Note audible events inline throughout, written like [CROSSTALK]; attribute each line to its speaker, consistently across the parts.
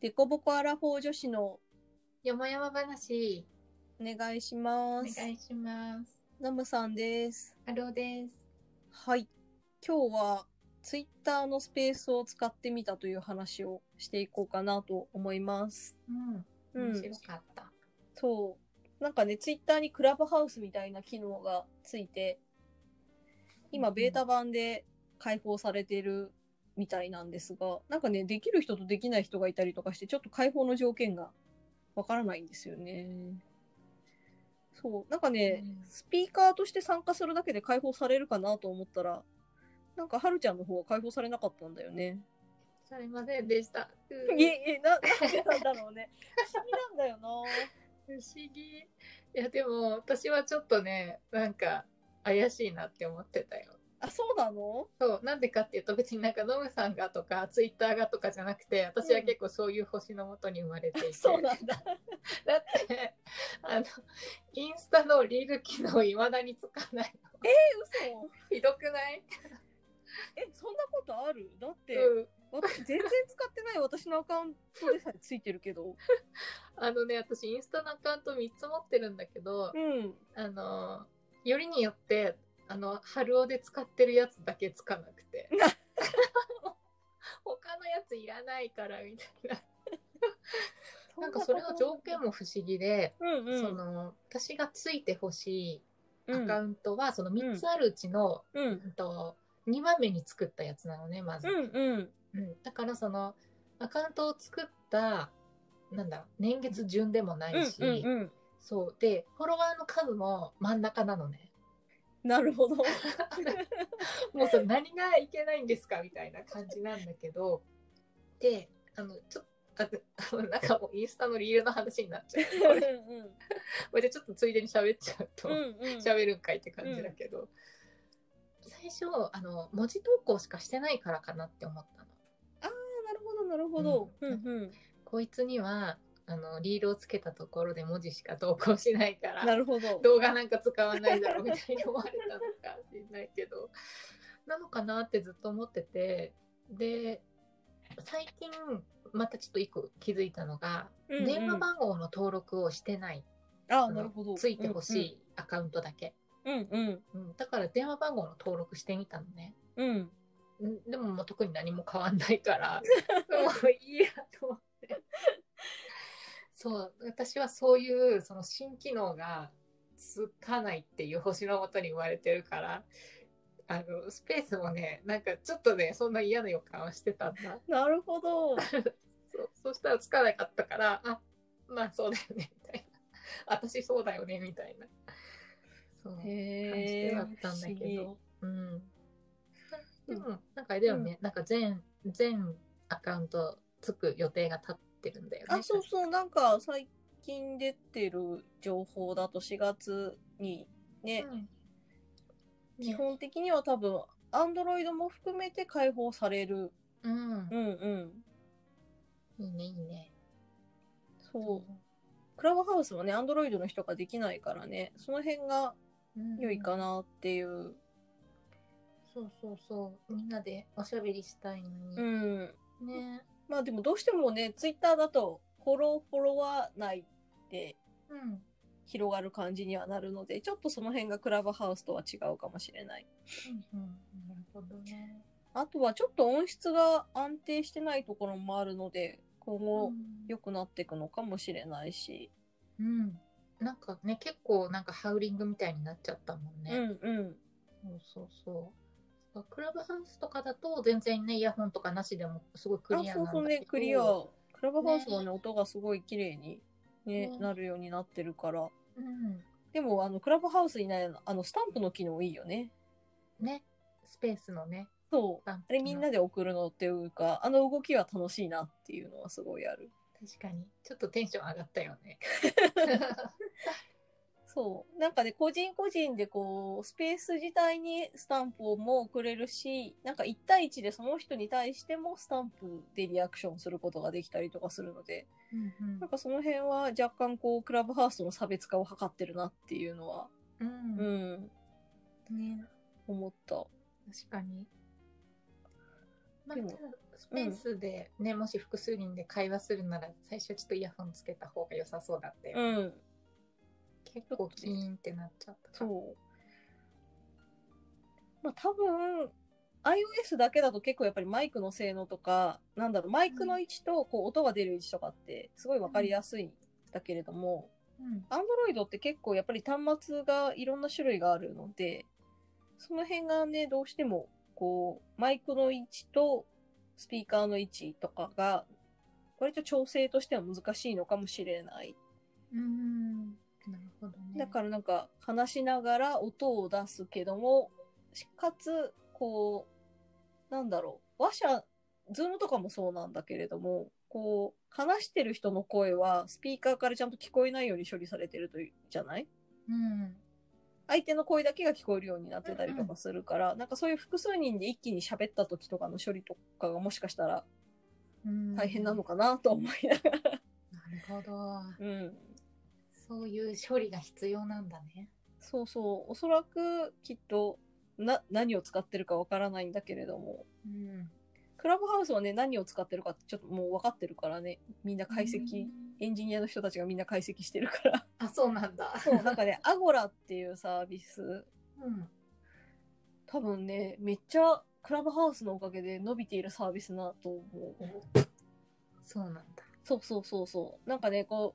Speaker 1: デコボコアラフォー女子の
Speaker 2: よもやま話、
Speaker 1: お願いしま
Speaker 2: お
Speaker 1: す。
Speaker 2: 願いします。
Speaker 1: ナムさんです。
Speaker 2: ハローです。
Speaker 1: はい。今日はツイッターのスペースを使ってみたという話をしていこうかなと思います。
Speaker 2: うん、面白かった。
Speaker 1: そう。なんかね、ツイッターにクラブハウスみたいな機能がついて、今ベータ版で開放されてるみたいなんですが、なんかね、できる人とできない人がいたりとかして、ちょっと開放の条件がわからないんですよね。そう。なんかね、
Speaker 2: うん
Speaker 1: スピーカーとして参加するだけで開放されるかなと思ったら、なんかはるちゃんの方は開放されなかったんだよね。
Speaker 2: されませんでした。うん
Speaker 1: [LAUGHS] いえいえ、な、なんでなんだろうね。不思議なんだよな。
Speaker 2: 不思議。いや、でも、私はちょっとね、なんか、怪しいなって思ってたよ。
Speaker 1: あ、そうなの
Speaker 2: そう、なんでかっていうと、別になんか、ノムさんがとか、ツイッターがとかじゃなくて、私は結構そういう星のもとに生ま
Speaker 1: [LAUGHS]
Speaker 2: れ [LAUGHS] ていて。
Speaker 1: そうなんだ。
Speaker 2: だって、あの、インスタのリール機能、いまだにつかないの。
Speaker 1: え、嘘。
Speaker 2: ひどくない、
Speaker 1: え、そんなことあるだって、
Speaker 2: うん
Speaker 1: 私全然使ってない私のアカウントでさえついてるけど。
Speaker 2: あのね、私インスタのアカウント3つ持ってるんだけど、
Speaker 1: うん。
Speaker 2: あの、よりによって、あの、春尾で使ってるやつだけつかなく
Speaker 1: [LAUGHS]
Speaker 2: て。他のやついらないから、みたいな。 [LAUGHS]
Speaker 1: [LAUGHS]
Speaker 2: なんかそれの条件も不思議で、
Speaker 1: うんうん。
Speaker 2: その、私がついてほしいア
Speaker 1: うん
Speaker 2: カウントは、その3つあるうちの、
Speaker 1: うん
Speaker 2: うんと、2番目に作ったやつなのね、まず。
Speaker 1: うんうん。
Speaker 2: うんだからその、アカウントを作った、なんだろう、年月順でもな
Speaker 1: うん
Speaker 2: いし、
Speaker 1: うんうん。
Speaker 2: そうでフォロワーの数も真ん中なの
Speaker 1: [LAUGHS]
Speaker 2: ね
Speaker 1: なる
Speaker 2: [LAUGHS]
Speaker 1: ほど。
Speaker 2: もうそれ何がいけないんですかみたいな感じなんだけどであのちょっとあなんかもうインスタのリールの話になっ
Speaker 1: [LAUGHS]
Speaker 2: ちゃ
Speaker 1: う
Speaker 2: うこ
Speaker 1: ん
Speaker 2: れこれでちょっとついでに喋っちゃうと
Speaker 1: うん。うんうん。
Speaker 2: 喋、るんかいって感じだけど、最初あの文字投稿しかしてないからかなって思ったの
Speaker 1: なるほどなるほど。うんうん。
Speaker 2: こいつにはあのリールをつけたところで文字しか投稿しないから
Speaker 1: なるほど。
Speaker 2: 動画なんか使わないだろうみたいに思われたのかもしれないけどなのかなってずっと思っててで最近またちょっと一個気づいたのが、
Speaker 1: うんうん
Speaker 2: 電話番号の登録をしてない
Speaker 1: あーなるほど。
Speaker 2: ついてほしいアカウントだけ、
Speaker 1: うんうん。
Speaker 2: うん、だから電話番号の登録してみたのね
Speaker 1: うんうん。
Speaker 2: うんでももう特に何も変わんないからもういいやと思ってそう私はそういうその新機能がつかないっていう星のもとに生まれてるからあのスペースもねなんかちょっとねそんな嫌な予感はしてたんだ
Speaker 1: なるほ
Speaker 2: [LAUGHS]
Speaker 1: ど。
Speaker 2: そうそしたらつかなかったからあまあそうだよねみたいな私そうだよねみたいなそう感じ
Speaker 1: へ
Speaker 2: で
Speaker 1: え。
Speaker 2: はあった
Speaker 1: 不
Speaker 2: んだけ
Speaker 1: 思議
Speaker 2: ど、うん、でもなんかあれだよね、なんか全全アカウントつく予定が立ってるんだよね。
Speaker 1: あ、そうそう、なんか最近出てる情報だと4月にね、
Speaker 2: うん
Speaker 1: 基本的には多分、アンドロイドも含めて解放される。
Speaker 2: うん
Speaker 1: う、んうん。
Speaker 2: いいねいいね。
Speaker 1: そう。クラブハウスはね、アンドロイドの人ができないからね、その辺が
Speaker 2: うん
Speaker 1: 良いかなっていう。
Speaker 2: そうそうそうみんなでおしゃべりしたいの
Speaker 1: う
Speaker 2: に、
Speaker 1: ん。
Speaker 2: ね。
Speaker 1: まあでもどうしてもね、ツイッターだと、フォロー、フォロワー内で
Speaker 2: うん
Speaker 1: 広がる感じにはなるので、ちょっとその辺がクラブハウスとは違うかもしれない。
Speaker 2: うんうんなるほどね。
Speaker 1: あとはちょっと音質が安定してないところもあるので、今後良くなっていくのかもしれないし。
Speaker 2: うんなんかね結構なんかハウリングみたいになっちゃったもんね。
Speaker 1: うんうん。
Speaker 2: そうそうそう。クラブハウスとかだと全然ねイヤホンとかなしでもすごいクリアなんだけど
Speaker 1: あ、そうそうね、クリア。クラブハウスもね、
Speaker 2: ね
Speaker 1: 音がすごい綺麗に、ね
Speaker 2: ね
Speaker 1: なるようになってるから。
Speaker 2: うん
Speaker 1: でも、あの、クラブハウスにない、あの、スタンプの機能いいよね。
Speaker 2: ねスペースのね
Speaker 1: そう。
Speaker 2: あ
Speaker 1: あれみんなで送るのっていうか、あの動きは楽しいなっていうのはすごいある。
Speaker 2: 確かにちょっとテンション上がったよ
Speaker 1: [LAUGHS]
Speaker 2: ね
Speaker 1: そう。なんかね、個人個人でこう、スペース自体にスタンプをも送れるし、なんか1対1でその人に対してもスタンプでリアクションすることができたりとかするので、
Speaker 2: うん
Speaker 1: なんかその辺は若干こう、クラブハウスとの差別化を図ってるなっていうのは、
Speaker 2: うん、
Speaker 1: うん
Speaker 2: う、ん、ね
Speaker 1: 思った。
Speaker 2: 確かにまあ
Speaker 1: でも
Speaker 2: ただスペースでね、もし複数人で会話するなら、最初ちょっとイヤホンつけた方が良さそうだって。
Speaker 1: うん。
Speaker 2: 結構キーンってなっちゃったから。
Speaker 1: そう。まあ多分、iOS だけだと結構やっぱりマイクの性能とか、なんだろう、マイクの位置とこう音が出る位置とかってすごいわかりやすいんだけれども、
Speaker 2: うん。
Speaker 1: Android って結構やっぱり端末がいろんな種類があるので、その辺がね、どうしてもこう、マイクの位置とスピーカーの位置とかが、割と調整としては難しいのかもしれない。
Speaker 2: うん。なるほどね。
Speaker 1: だからなんか話しながら音を出すけども、しかつ、こう、なんだろう、話者、ズームとかもそうなんだけれども、こう、話してる人の声はスピーカーからちゃんと聞こえないように処理されてるというじゃない
Speaker 2: うん。
Speaker 1: 相手の声だけが聞こえるようになってたりとかするから、なんかそういう複数人で一気に喋った時とかの処理とかがもしかしたら
Speaker 2: うん。
Speaker 1: 大変なのかなと思いながら。
Speaker 2: なるほど。
Speaker 1: うん。
Speaker 2: そういう処理が必要なんだね。
Speaker 1: そうそう、おそらくきっとな何を使ってるかわからないんだけれども、
Speaker 2: うん。
Speaker 1: クラブハウスはね、何を使ってるかってちょっともう分かってるからね、みんな解析、エンジニアの人たちがみんな解析してるから。
Speaker 2: あ、そうなんだ。
Speaker 1: そう、なんかね、アゴラっていうサービス、
Speaker 2: うん。
Speaker 1: 多分ね、めっちゃクラブハウスのおかげで伸びているサービスなと思う。
Speaker 2: そうなんだ。
Speaker 1: そうそうそうそう。なんかね、こ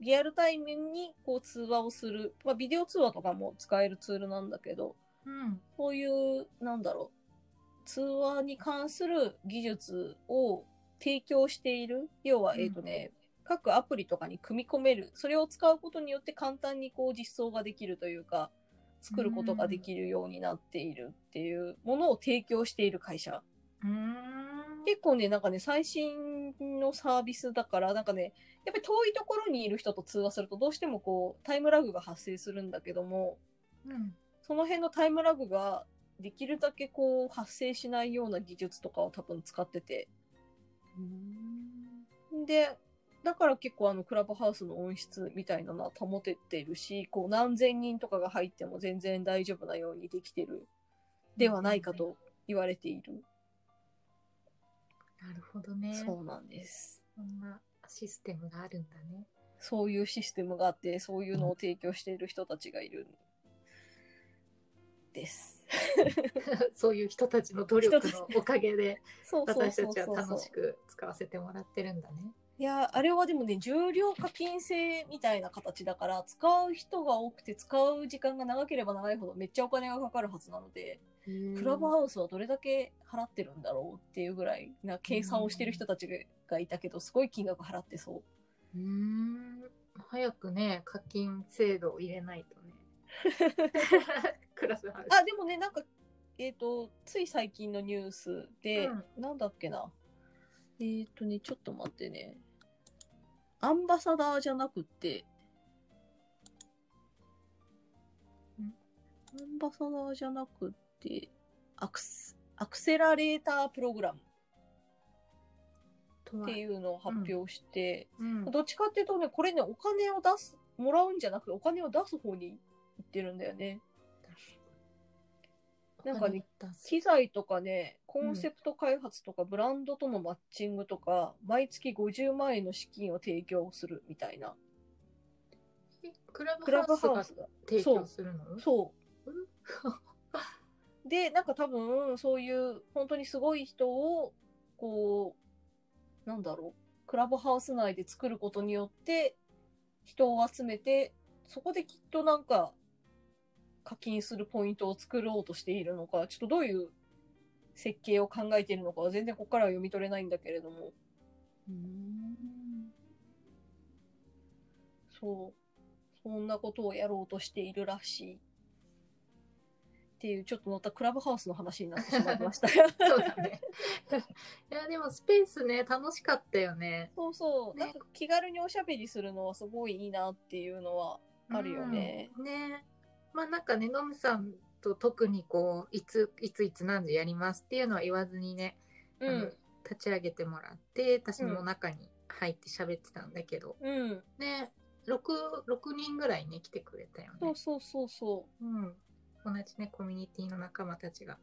Speaker 1: う、リアルタイムにこう通話をする、まあビデオ通話とかも使えるツールなんだけど、
Speaker 2: うん。
Speaker 1: そういう、なんだろう、通話に関する技術を提供している、要は、
Speaker 2: うん
Speaker 1: えっ、とね、各アプリとかに組み込める、それを使うことによって簡単にこう実装ができるというか、作ることができるようになっているっていうものを提供している会社。
Speaker 2: うーん。
Speaker 1: 結構ね、なんかね、最新のサービスだから、なんかね、やっぱり遠いところにいる人と通話するとどうしてもこう、タイムラグが発生するんだけども、
Speaker 2: うん。
Speaker 1: その辺のタイムラグができるだけこう発生しないような技術とかを多分使ってて。で、だから結構あのクラブハウスの音質みたいなのは保ててるし、こう何千人とかが入っても全然大丈夫なようにできてるではないかと言われている。
Speaker 2: なるほどね。
Speaker 1: そうなんです。
Speaker 2: そんなシステムがあるんだね。 [LAUGHS]
Speaker 1: そういうシステムがあって、そういうのを提供している人たちがいるんです。
Speaker 2: そういう人たちの努力のおかげで
Speaker 1: そうそう
Speaker 2: 私
Speaker 1: そ
Speaker 2: た
Speaker 1: う
Speaker 2: ち
Speaker 1: そう
Speaker 2: は楽しく使わせてもらってるんだね。
Speaker 1: いやーあれはでもね重量課金制みたいな形だから使う人が多くて使う時間が長ければ長いほどめっちゃお金がかかるはずなので、クラブハウスはどれだけ払ってるんだろうっていうぐらいな計算をしてる人たちがいたけどすごい金額払ってそう
Speaker 2: うーん早くね課金制度を入れない
Speaker 1: [LAUGHS]
Speaker 2: とね。 [LAUGHS] クラスハウス。
Speaker 1: あでもねなんかえっ、とつい最近のニュースで、なんだっけなえっ、とねちょっと待ってねアンバサダーじゃなくて
Speaker 2: ん
Speaker 1: アンバサダーじゃなくてアクスアクセラレータープログラム
Speaker 2: とは
Speaker 1: っていうのを発表して、
Speaker 2: うん
Speaker 1: どっちかっていうとねこれねお金を出すもらうんじゃなくてお金を出す方に行ってるんだよね。なんかね
Speaker 2: お金出す
Speaker 1: 機材とかね、コンセプト開発とか、ブランドとのマッチングとか、毎月50万円の資金を提供するみたいな。
Speaker 2: えクラ
Speaker 1: ク
Speaker 2: ブ
Speaker 1: ラ
Speaker 2: ハ
Speaker 1: ブ
Speaker 2: ウス
Speaker 1: ハウ
Speaker 2: が
Speaker 1: スが。
Speaker 2: 提供するの
Speaker 1: そう。で、なんか多分、そういう、本当にすごい人を、こう、なんだろう、クラブハウス内で作ることによって、人を集めて、そこできっとなんか、課金するポイントを作ろうとしているのか、ちょっとどういう設計を考えているのかは全然ここからは読み取れないんだけれども、
Speaker 2: うー
Speaker 1: [LAUGHS]
Speaker 2: ん
Speaker 1: そう。そんなことをやろうとしているらしい。っていう、ちょっとまたクラブハウスの話になってしまいました。
Speaker 2: [LAUGHS] そうだね。いやでもスペースね楽しかったよね。
Speaker 1: そうそう。
Speaker 2: ね
Speaker 1: なんか気軽におしゃべりするのはすごいいいなっていうのはあるよね。
Speaker 2: うん。ねまあなんかね、ノムさんと特にこう、いつ、いついつ何時やりますっていうのは言わずにね、
Speaker 1: う
Speaker 2: あの
Speaker 1: ん。
Speaker 2: 立ち上げてもらって、私も中に入って喋ってたんだけど、
Speaker 1: うん。
Speaker 2: ね、6、6人ぐらいね、来てくれたよ
Speaker 1: そ
Speaker 2: ね
Speaker 1: う。そうそうそ
Speaker 2: うん。同じね、コミュニティの仲間たちが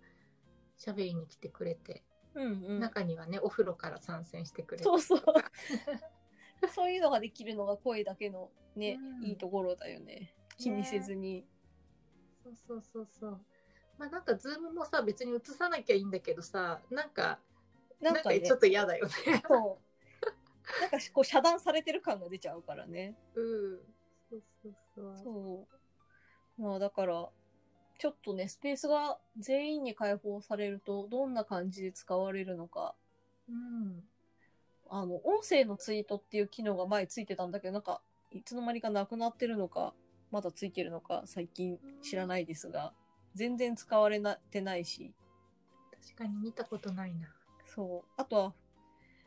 Speaker 2: 喋りに来てくれて、
Speaker 1: うんうん。
Speaker 2: 中にはねお風呂から参戦してくれる
Speaker 1: そう
Speaker 2: [LAUGHS]
Speaker 1: そう。そういうのができるのが声だけのね、
Speaker 2: うん
Speaker 1: いいところだよね。気にせずに。
Speaker 2: そうそうそうそうまあなんかズームもさ別に映さなきゃいいんだけどさなんかな
Speaker 1: なんん
Speaker 2: か
Speaker 1: かね、
Speaker 2: ちょっと嫌だよね [LAUGHS]
Speaker 1: そう。なんかこう遮断されてる感が出ちゃうからね。
Speaker 2: うんそうそうそう
Speaker 1: そう。まあだから、ちょっとね、スペースが全員に開放されると、どんな感じで使われるのか。
Speaker 2: うん
Speaker 1: あの、音声のツイートっていう機能が前ついてたんだけど、なんか、いつの間にかなくなってるのか、まだついてるのか、最近知らないですが、全然使われなてないし、
Speaker 2: 確かに見たことないな
Speaker 1: そう。あとは、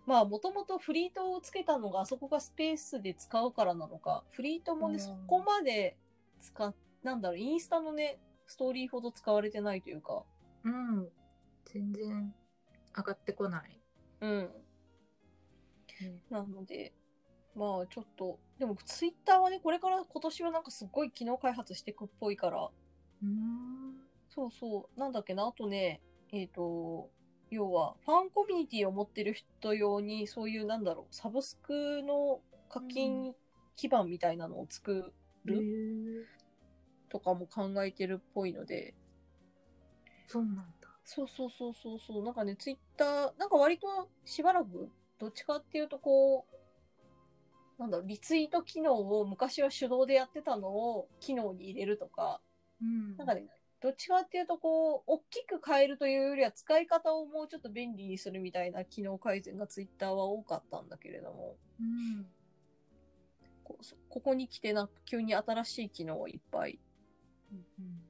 Speaker 1: まあ、もともとフリートをつけたのが、あそこがスペースで使うからなのか、フリートもね、
Speaker 2: うん
Speaker 1: そこまで使っ、なんだろう、インスタのね、ストーリーほど使われてないというか、
Speaker 2: うん全然上がってこない、
Speaker 1: うん。
Speaker 2: うん
Speaker 1: なので、まあ、ちょっと、でも、ツイッターはね、これから今年はなんかすごい機能開発していくっぽいから、
Speaker 2: うん
Speaker 1: そうそう、なんだっけな、あとね、えっ、と、要は、ファンコミュニティを持ってる人用に、そういう、なんだろう、サブスクの課金基盤みたいなのを作る
Speaker 2: へえ
Speaker 1: とかも考えてるっぽいので、
Speaker 2: そうなんだ
Speaker 1: そうそうそうそうそう、なんかね、ツイッター、なんか割としばらく、どっちかっていうと、こう、なんだろう、リツイート機能を昔は手動でやってたのを機能に入れるとか、
Speaker 2: うん
Speaker 1: なんかね、どっちかっていうと、こう、大きく変えるというよりは、使い方をもうちょっと便利にするみたいな機能改善がツイッターは多かったんだけれども、
Speaker 2: うん
Speaker 1: こそここに来て、なんか急に新しい機能をいっぱい
Speaker 2: うんうん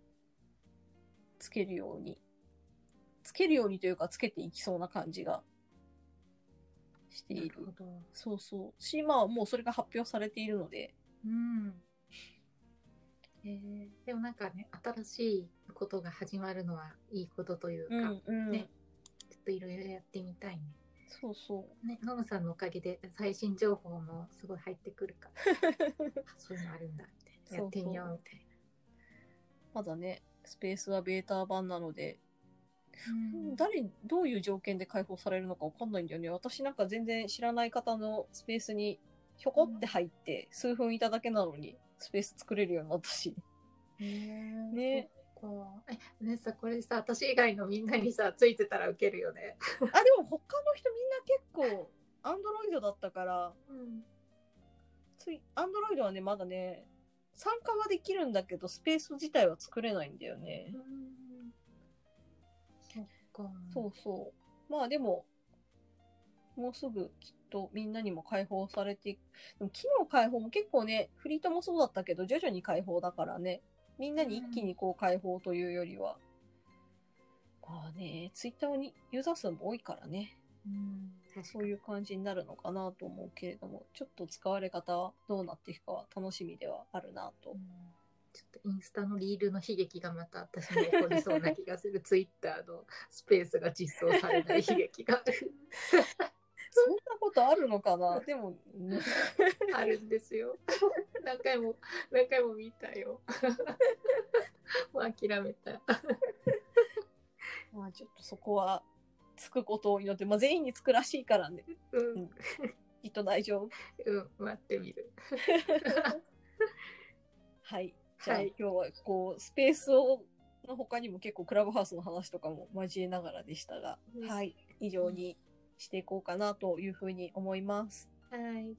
Speaker 1: つけるように、つけるようにというか、つけていきそうな感じがして
Speaker 2: ないるほ
Speaker 1: る。
Speaker 2: ど
Speaker 1: そうそう。し、まあ、もうそれが発表されているので、
Speaker 2: うんえーでもなんかね新しいことが始まるのはいいことというか、
Speaker 1: うん
Speaker 2: ねちょっといろいろやってみたいね。
Speaker 1: そうそう。
Speaker 2: ね、ノムさんのおかげで最新情報もすごい入ってくるから、 [LAUGHS] あそういうのあるんだみたいな。やってみようみたい
Speaker 1: まだね、スペースはベータ版なので、
Speaker 2: な。うん
Speaker 1: 誰、どういう条件で解放されるのかわかんないんだよね。私なんか全然知らない方のスペースにひょこって入って、数分いただけなのに、スペース作れるようになったし。ね
Speaker 2: ね、そっかえ、ねさ、これさ、私以外のみんなにさ、ついてたらウケるよね。
Speaker 1: [LAUGHS] あ、でも他の人みんな結構、アンドロイドだったから、
Speaker 2: うん、
Speaker 1: つい、アンドロイドはね、まだね、参加はできるんだけど、スペース自体は作れないんだよね。
Speaker 2: そっか。
Speaker 1: そうそう。まあでも、もうすぐきっとみんなにも解放されていく。でも機能解放も結構ね、フリートもそうだったけど、徐々に解放だからね、みんなに一気にこう解放というよりは、まあね、ツイッターにユーザー数も多いからね、
Speaker 2: うん、確か
Speaker 1: そう
Speaker 2: に。
Speaker 1: いう感じになるのかなと思うけれども、ちょっと使われ方はどうなっていくかは楽しみではあるなと
Speaker 2: うん。ちょっとインスタのリールの悲劇がまた私に起こりそうな気がする。ツイッターのスペースが実装されない悲劇が
Speaker 1: そんなことあるのかなでも、ね
Speaker 2: あるんですよ。何回も何回も見たよ。もう諦めた。
Speaker 1: まあちょっとそこは、つくことを祈って、まあ全員につくらしいからね、
Speaker 2: うん、
Speaker 1: きっと大丈夫。
Speaker 2: うん、待ってみる。
Speaker 1: はい。じゃあ、
Speaker 2: はい
Speaker 1: 今日はこう、スペースを、の他にも結構クラブハウスの話とかも交えながらでしたが、
Speaker 2: うん
Speaker 1: はい。以上にしていこうかなというふうに思います。
Speaker 2: はい。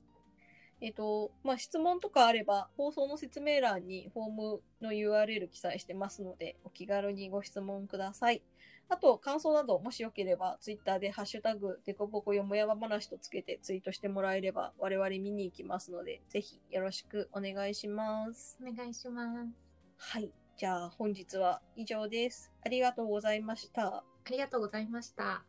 Speaker 1: えっと、まあ、質問とかあれば、放送の説明欄にフォームの URL 記載してますので、お気軽にご質問ください。あと、感想など、もしよければ、ツイッターでハッシュタグ、デコボコよもやま話とつけてツイートしてもらえれば、我々見に行きますので、ぜひよろしくお願いします。
Speaker 2: [LAUGHS] お願いします。
Speaker 1: はい。じゃあ本日は以上です。ありがとうございました。
Speaker 2: ありがとうございました。